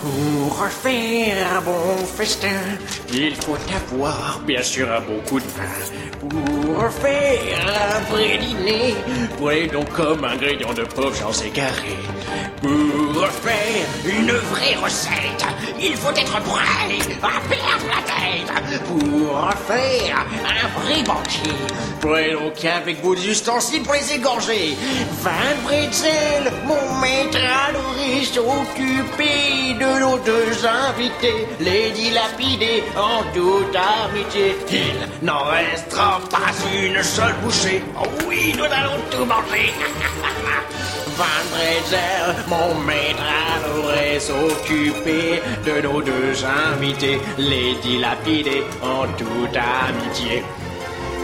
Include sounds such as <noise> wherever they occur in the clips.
Pour faire un bon festin, il faut avoir bien sûr un bon coup de vin. Pour faire un vrai dîner, prenez donc comme ingrédient de pauvre j'en sais carré. Pour faire une vraie recette, il faut être prêt à perdre la tête. Pour faire un vrai banquier, prenez donc avec vos ustensiles pour les égorger. 20 bretzels, mon maître Aloris, occupé de nos deux invités, les dilapidés en toute amitié. Il n'en restera pas une seule bouchée. Oh oui, nous allons tout manger. Van Bresel, mon maître adorait s'occuper de nos deux invités, les dilapidés en toute amitié.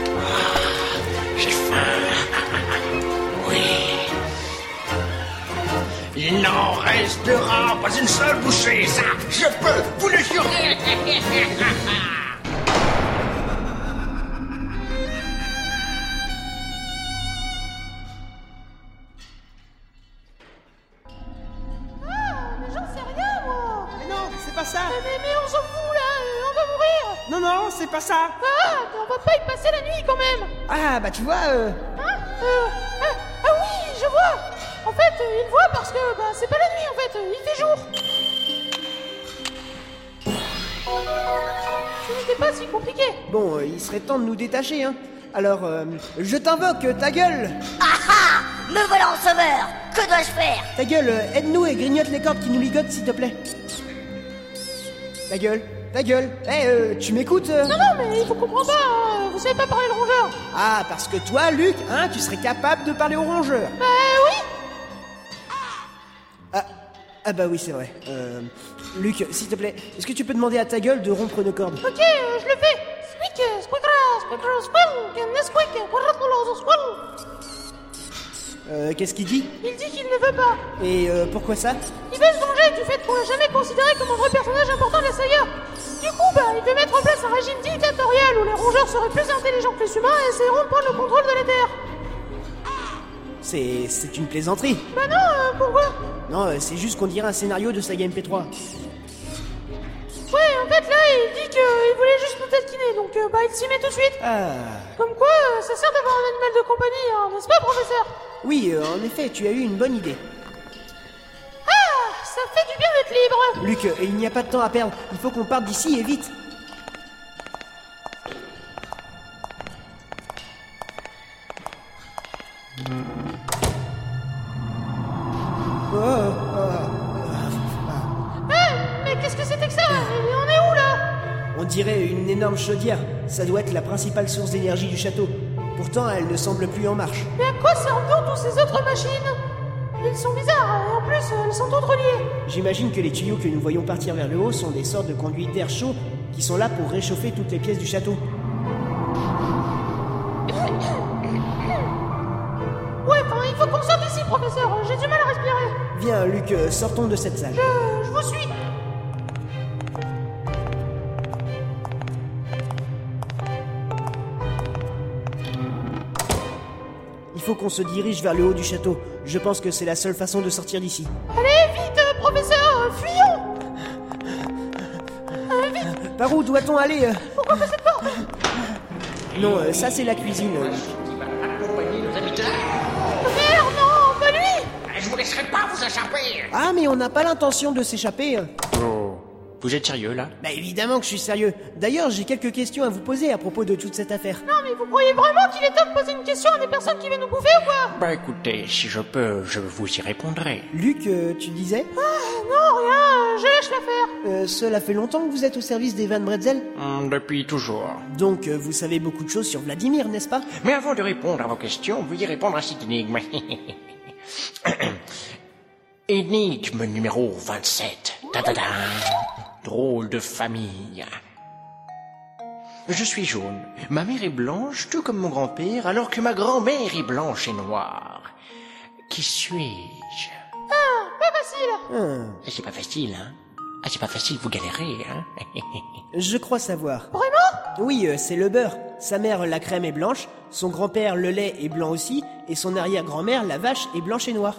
Ah, J'ai faim. Oui. Il n'en restera pas une seule bouchée, ça, je peux vous le <laughs> jurer. Ah, mais j'en sais rien, moi Mais non, c'est pas ça Mais, mais, mais on s'en fout, là euh, On va mourir Non, non, c'est pas ça Ah, mais on va pas y passer la nuit, quand même Ah, bah tu vois, euh, Hein euh, ah, ah oui, je vois En fait, euh, il voit parce que, bah, c'est pas la nuit, en fait, euh, il fait jour Ce n'était pas si compliqué bon, euh, il serait temps de nous détacher, hein. Alors, euh, je t'invoque, euh, ta gueule Ah ah Me voilà en sauveur Que dois-je faire Ta gueule, euh, aide-nous et grignote les cordes qui nous ligotent, s'il te plaît. Ta gueule, ta gueule. Eh, euh, tu m'écoutes euh Non, non, mais il vous comprend pas, hein, vous savez pas parler le rongeur Ah, parce que toi, Luc, hein, tu serais capable de parler aux rongeurs. Bah oui Ah, ah bah oui, c'est vrai. Euh, Luc, s'il te plaît, est-ce que tu peux demander à ta gueule de rompre nos cordes Ok, euh, je le fais. Squeak, euh, squeakra, squeakra, squeak, euh, nesqueak, quadratoloso, squall. Euh, qu'est-ce qu'il dit Il dit qu'il ne veut pas. Et euh, pourquoi ça Il veut se venger du fait qu'on l'a jamais considéré comme un vrai personnage important de la saga. Du coup, bah, il veut mettre en place un régime dictatorial où les rongeurs seraient plus intelligents que les humains et essaieront de prendre le contrôle de la Terre. C'est, c'est une plaisanterie. Bah non, euh, pourquoi Non, euh, c'est juste qu'on dirait un scénario de saga MP3. Ouais, en fait, là, il dit qu'il voulait juste nous taquiner, donc euh, bah, il s'y met tout de suite. Ah. Comme quoi, euh, ça sert d'avoir un animal de compagnie, hein, n'est-ce pas, professeur Oui, euh, en effet, tu as eu une bonne idée. Ah, ça fait du bien d'être libre Luc, euh, il n'y a pas de temps à perdre. Il faut qu'on parte d'ici et vite. Oh, oh, ah. Eh, mais qu'est-ce que c'était que ça Et on est où là On dirait une énorme chaudière. Ça doit être la principale source d'énergie du château. Pourtant, elle ne semble plus en marche. Mais à quoi servent donc tous ces autres machines Ils sont bizarres, et en plus, elles sont toutes reliées. J'imagine que les tuyaux que nous voyons partir vers le haut sont des sortes de conduits d'air chaud qui sont là pour réchauffer toutes les pièces du château. Ouais, enfin, il faut qu'on sorte d'ici, professeur, j'ai du mal à respirer. Viens, Luc, euh, sortons de cette salle. Euh, je vous suis. Il faut qu'on se dirige vers le haut du château. Je pense que c'est la seule façon de sortir d'ici. Allez, vite, euh, professeur, euh, fuyons Par où doit-on aller euh Pourquoi pas cette porte Non, euh, ça c'est la cuisine. euh. Qui va accompagner nos invités Merde, non, pas lui Je vous laisserai pas vous échapper. Ah, mais on n'a pas l'intention de s'échapper. euh. Oh, Vous êtes sérieux là Bah évidemment que je suis sérieux. D'ailleurs, j'ai quelques questions à vous poser à propos de toute cette affaire. Non, mais vous croyez vraiment qu'il est temps de poser une question à des personnes qui viennent nous bouffer ou quoi Bah écoutez, si je peux, je vous y répondrai. Luc, euh, tu disais Non, rien, euh, Ah, je lâche l'affaire. Euh, Cela fait longtemps que vous êtes au service des Van Bretzel Hum, depuis toujours. Donc euh, vous savez beaucoup de choses sur Vladimir, n'est-ce pas Mais avant de répondre à vos questions, veuillez répondre à cette énigme. <coughs> énigme numéro 27. Ta-ta-ta. Drôle de famille. Je suis jaune. Ma mère est blanche, tout comme mon grand-père, alors que ma grand-mère est blanche et noire. Qui suis-je Ah, pas facile. Hum, Ah, C'est pas facile, hein Ah, c'est pas facile, vous galérez, hein <laughs> Je crois savoir. Vraiment Oui, euh, c'est le beurre. Sa mère, la crème, est blanche, son grand-père, le lait, est blanc aussi, et son arrière-grand-mère, la vache, est blanche et noire.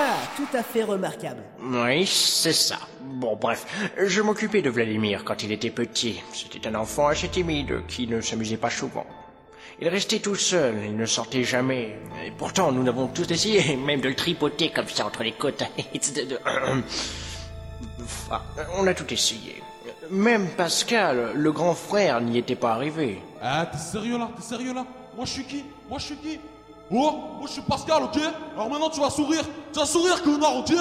Ah, tout à fait remarquable. Oui, c'est ça. Bon, bref, je m'occupais de Vladimir quand il était petit. C'était un enfant assez timide qui ne s'amusait pas souvent. Il restait tout seul, il ne sortait jamais. Et pourtant, nous n'avons tous essayé, <laughs> même de le tripoter comme ça entre les côtes. <laughs> De- de- <coughs> Enfin, on a tout essayé. Même Pascal, le grand frère, n'y était pas arrivé. Ah, t'es sérieux là T'es sérieux là Moi je suis qui Moi je suis qui Oh Moi je suis Pascal, ok Alors maintenant tu vas sourire Tu vas sourire, connard, ok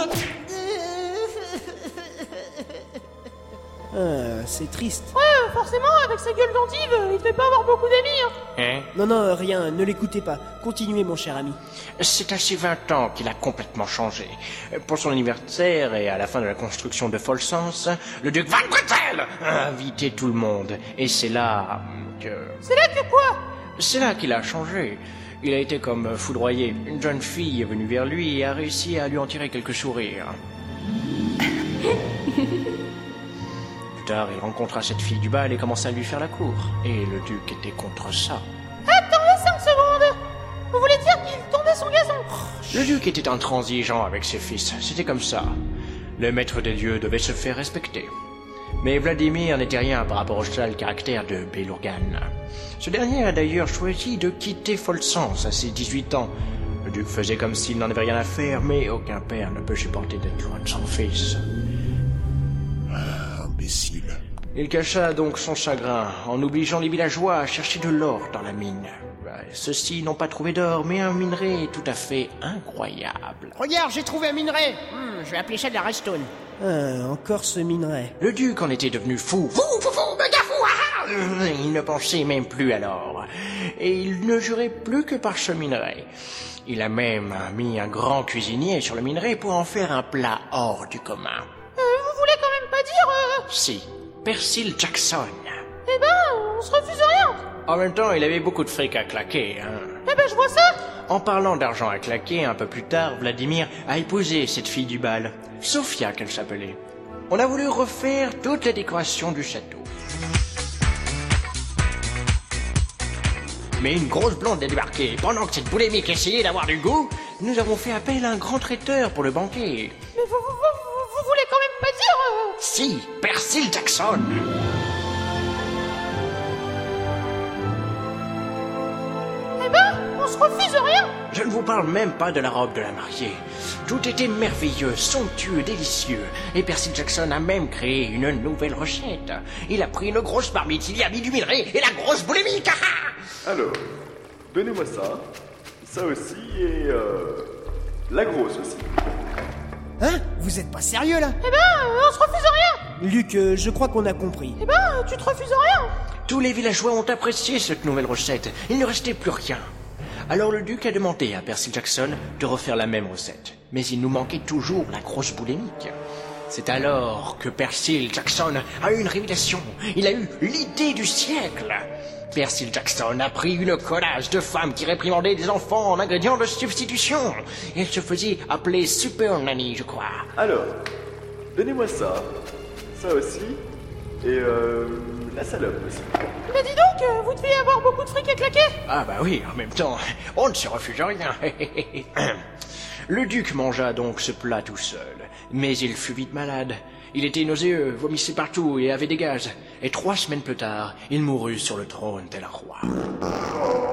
Euh, c'est triste. Ouais, euh, forcément, avec sa gueule d'endive, euh, il devait pas avoir beaucoup d'amis, hein. Hein Non, non, euh, rien, ne l'écoutez pas. Continuez, mon cher ami. C'est à ses 20 ans qu'il a complètement changé. Pour son anniversaire et à la fin de la construction de Folsens, le duc Van Brettel a invité tout le monde. Et c'est là que... C'est là que quoi C'est là qu'il a changé. Il a été comme foudroyé. Une jeune fille est venue vers lui et a réussi à lui en tirer quelques sourires. Plus tard, il rencontra cette fille du bal et commença à lui faire la cour. Et le duc était contre ça. Attends, 5 secondes Vous voulez dire qu'il tombait son gazon Le duc était intransigeant avec ses fils, c'était comme ça. Le maître des dieux devait se faire respecter. Mais Vladimir n'était rien par rapport au sale caractère de Belourgan. Ce dernier a d'ailleurs choisi de quitter Folsens à ses 18 ans. Le duc faisait comme s'il n'en avait rien à faire, mais aucun père ne peut supporter d'être loin de son fils. Imbécile. Il cacha donc son chagrin en obligeant les villageois à chercher de l'or dans la mine. Ceux-ci n'ont pas trouvé d'or, mais un minerai tout à fait incroyable. Regarde, j'ai trouvé un minerai. Hmm, je vais appeler ça de la redstone. Ah, encore ce minerai. Le duc en était devenu fou. Fou, fou, fou, méga fou, ah, ah. Il ne pensait même plus à l'or. Et il ne jurait plus que par ce minerai. Il a même mis un grand cuisinier sur le minerai pour en faire un plat hors du commun. Euh, Vous voulez quand même pas dire... euh, Si, Persil Jackson. Eh ben, on se refuse rien En même temps, il avait beaucoup de fric à claquer. hein. Eh ben, je vois ça En parlant d'argent à claquer, un peu plus tard, Vladimir a épousé cette fille du bal. Sofia, qu'elle s'appelait. On a voulu refaire toute la décoration du château. Mais une grosse blonde est débarquée. Et Pendant que cette boulémique essayait d'avoir du goût, nous avons fait appel à un grand traiteur pour le banquet. Mais vous, vous, vous, vous- vous voulez quand même pas dire... euh, Si, Persil Jackson Eh ben, on se refuse rien Je ne vous parle même pas de la robe de la mariée. Tout était merveilleux, somptueux, délicieux. Et Percy Jackson a même créé une nouvelle recette. Il a pris une grosse marmite, il y a mis du minerai et la grosse boulémique. ah ah Alors, donnez-moi ça, ça aussi et euh, la grosse aussi. Hein Vous êtes pas sérieux, là Eh ben, euh, on se refuse rien Luc, euh, je crois qu'on a compris. Eh ben, euh, tu te refuses rien Tous les villageois ont apprécié cette nouvelle recette. Il ne restait plus rien. Alors le duc a demandé à Percy Jackson de refaire la même recette. Mais il nous manquait toujours la grosse boulémique. C'est alors que Percy Jackson a eu une révélation. Il a eu l'idée du siècle. Percy Jackson a pris une collage de femmes qui réprimandaient des enfants en ingrédients de substitution. Elle se faisait appeler Super Nanny, je crois. Alors, donnez-moi ça, ça aussi et euh, la salope aussi. Mais dis donc, euh, vous deviez avoir beaucoup de fric à claquer Eh, Ah bah oui, en même temps, on ne se refuse rien. Le duc mangea donc ce plat tout seul, mais il fut vite malade. Il était nauséeux, vomissait partout et avait des gaz. Et trois semaines plus tard, il mourut sur le trône tel un roi.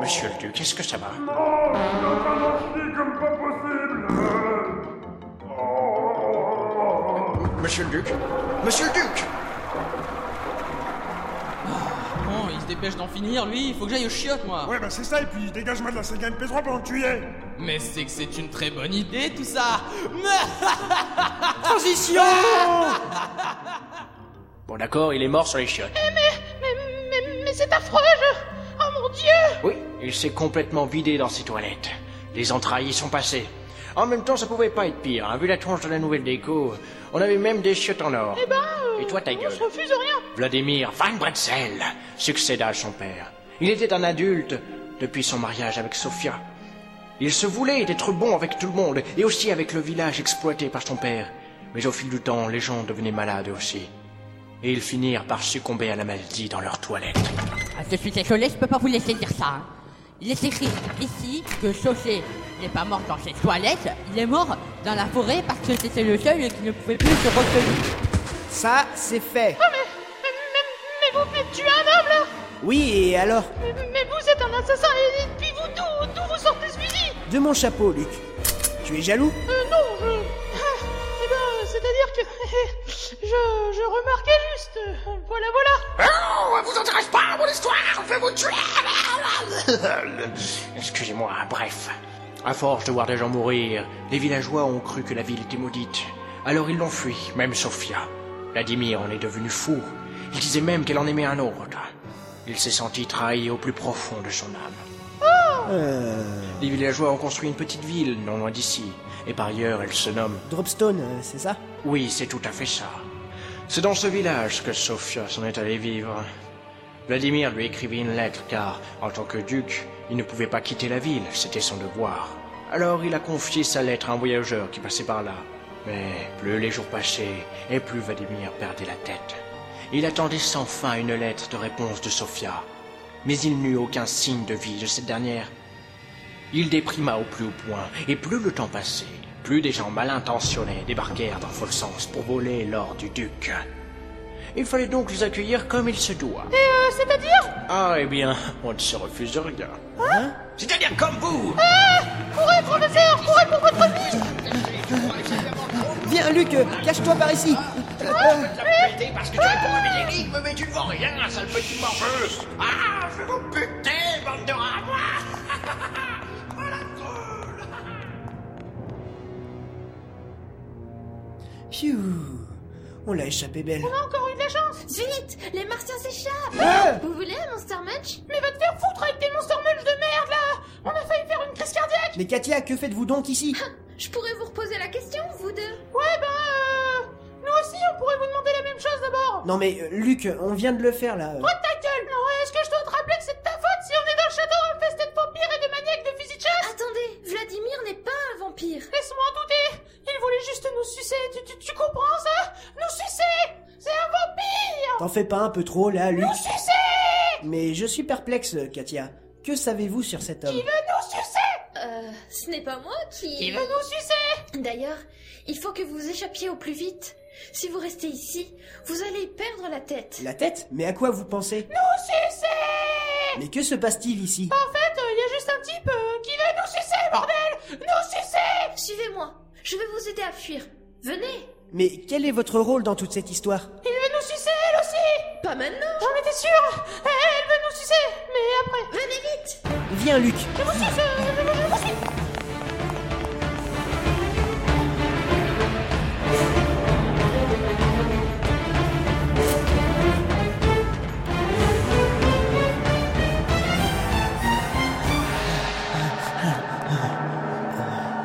Monsieur le duc, est-ce que ça va Monsieur le duc Monsieur le duc Bon, il se dépêche d'en finir, lui, il faut que j'aille au chiottes, moi Ouais, bah c'est ça, et puis dégage-moi de la 5 MP3 pendant que tu y es Mais c'est que c'est une très bonne idée, tout ça Transition Bon d'accord, il est mort sur les chiottes. Mais, mais, mais c'est affreux, je... Oh mon dieu Oui, il s'est complètement vidé dans ses toilettes. Les entrailles y sont passées. En même temps, ça pouvait pas être pire. hein. Vu la tronche de la nouvelle déco, on avait même des chiottes en or. Eh ben, euh, Et toi, ta on gueule. se refuse rien Vladimir Van Bretzel succéda à son père. Il était un adulte depuis son mariage avec Sofia. Il se voulait d'être bon avec tout le monde et aussi avec le village exploité par son père. Mais au fil du temps, les gens devenaient malades aussi. Et ils finirent par succomber à la maladie dans leurs toilettes. Ah, je suis désolé, je peux pas vous laisser dire ça. hein. Il est écrit ici que Saucé n'est pas mort dans ses toilettes, il est mort dans la forêt parce que c'était le seul qui ne pouvait plus se retenir. Ça, c'est fait. Ah, mais, mais, mais- mais vous faites tuer un homme là Oui, et alors mais, mais vous êtes un assassin et, et puis vous, d'où, d'où vous sortez ce fusil De mon chapeau, Luc. Tu es jaloux Euh, non, je. Eh ben, c'est-à-dire que. <laughs> je, je remarquais juste. euh, Voilà, voilà. Oh, elle vous intéresse pas à mon histoire, je vais vous tuer <laughs> Excusez-moi, bref. À force de voir des gens mourir, les villageois ont cru que la ville était maudite. Alors ils l'ont fui, même Sofia. Vladimir en est devenu fou. Il disait même qu'elle en aimait un autre. Il s'est senti trahi au plus profond de son âme. Les villageois ont construit une petite ville non loin d'ici. Et par ailleurs, elle se nomme Dropstone, euh, c'est ça oui, c'est tout à fait ça. C'est dans ce village que Sofia s'en est allée vivre. Vladimir lui écrivit une lettre car, en tant que duc, il ne pouvait pas quitter la ville, c'était son devoir. Alors il a confié sa lettre à un voyageur qui passait par là. Mais plus les jours passaient, et plus Vladimir perdait la tête. Il attendait sans fin une lettre de réponse de Sofia. Mais il n'eut aucun signe de vie de cette dernière. Il déprima au plus haut point, et plus le temps passait, plus des gens mal intentionnés débarquèrent dans Folsens pour voler l'or du duc. Il fallait donc les accueillir comme il se doit. Et euh, c'est-à-dire. Hein Ah, eh bien, on ne se refuse rien. Hein C'est-à-dire comme vous Ah, Courez, professeur Courez pour votre vie Viens, Luc, euh, cache-toi par ici. Euh, euh, Pété parce que tu réponds à mes énigmes, mais tu ne vends rien, sale petit morveuse Ah, je vais vous buter, bande de rats Voilà drôle pfiou. On l'a échappé belle. On a encore eu de la chance Vite Les martiens s'échappent Ah Vous voulez un Monster Munch Mais va te faire foutre avec tes monstres mulches de merde là On a failli faire une crise cardiaque Mais Katia, que faites-vous donc ici Je pourrais vous reposer la question, vous deux Ouais, ben. Euh, nous aussi, on pourrait vous demander la même chose d'abord Non mais, euh, Luc, on vient de le faire là. euh. Oh ta gueule Ouais, est-ce que je dois te rappeler que c'est de ta faute si on est dans le château infesté de vampires et de maniaques de fusil de chasse Attendez, Vladimir n'est pas un vampire Laisse-moi en douter Il voulait juste nous sucer, tu, tu, tu comprends ça Nous sucer C'est un vampire T'en fais pas un peu trop là, Luc Nous sucer Mais je suis perplexe, Katia. Que savez-vous sur cet homme Il veut nous sucer Euh, ce n'est pas moi qui... Il veut nous sucer D'ailleurs, il faut que vous échappiez au plus vite. Si vous restez ici, vous allez y perdre la tête. La tête Mais à quoi vous pensez Nous sucer Mais que se passe-t-il ici En fait, il y a juste un type euh, qui veut nous sucer, bordel Nous sucer Suivez-moi, je vais vous aider à fuir. Venez Mais quel est votre rôle dans toute cette histoire Il veut nous sucer, elle aussi Pas maintenant J'en étais sûre Elle veut nous sucer Mais après... Venez vite Viens, Luc Je vous suce je- je- je vous suce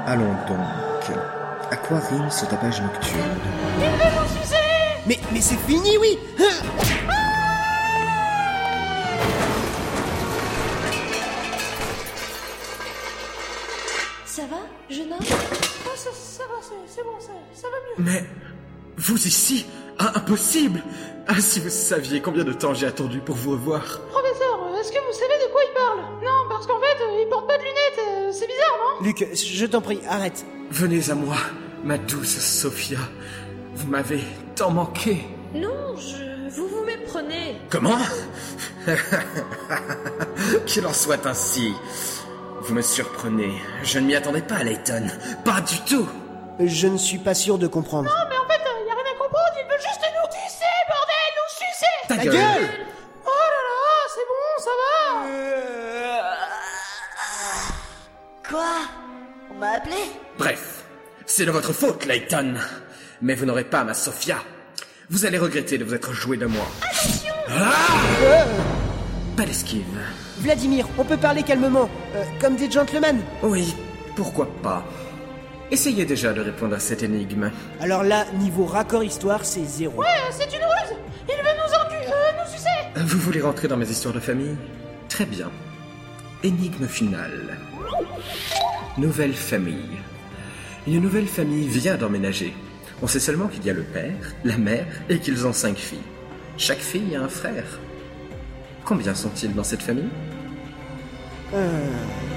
Allons donc. À quoi rime ce tapage nocturne Mais, mais c'est fini, oui Hein. Ça va, jeune homme Ah, ça, ça va, c'est c'est bon, ça, ça va mieux. Mais vous ici Ah, Impossible Ah, si vous saviez combien de temps j'ai attendu pour vous revoir. Professeur, euh, est-ce que vous savez de quoi il parle Non, parce qu'en fait, euh, il porte pas de lunettes, euh, c'est bizarre, non Luc, je t'en prie, arrête. Venez à moi, ma douce Sophia. Vous m'avez tant manqué. Non, je... Vous vous méprenez Comment Qu'il en soit ainsi. Vous me surprenez. Je ne m'y attendais pas, Layton. Pas du tout. Je ne suis pas sûr de comprendre. Non, mais en fait, euh, y a rien à comprendre, il veut juste nous tisser, bordel, nous sucer Ta, Oh là là, c'est bon, ça va Euh, Quoi On m'a appelé Bref, c'est de votre faute, Layton. Mais vous n'aurez pas ma Sophia. Vous allez regretter de vous être joué de moi. Attention Pas d'esquive. Vladimir, on peut parler calmement, euh, comme des gentlemen. Oui, pourquoi pas. Essayez déjà de répondre à cette énigme. Alors là, niveau raccord histoire, c'est zéro. Euh, C'est une ruse Il veut nous endu... euh, nous sucer Vous voulez rentrer dans mes histoires de famille Très bien. Énigme finale. Nouvelle famille. Une nouvelle famille vient d'emménager. On sait seulement qu'il y a le père, la mère et qu'ils ont cinq filles. Chaque fille a un frère. Combien sont-ils dans cette famille Euh...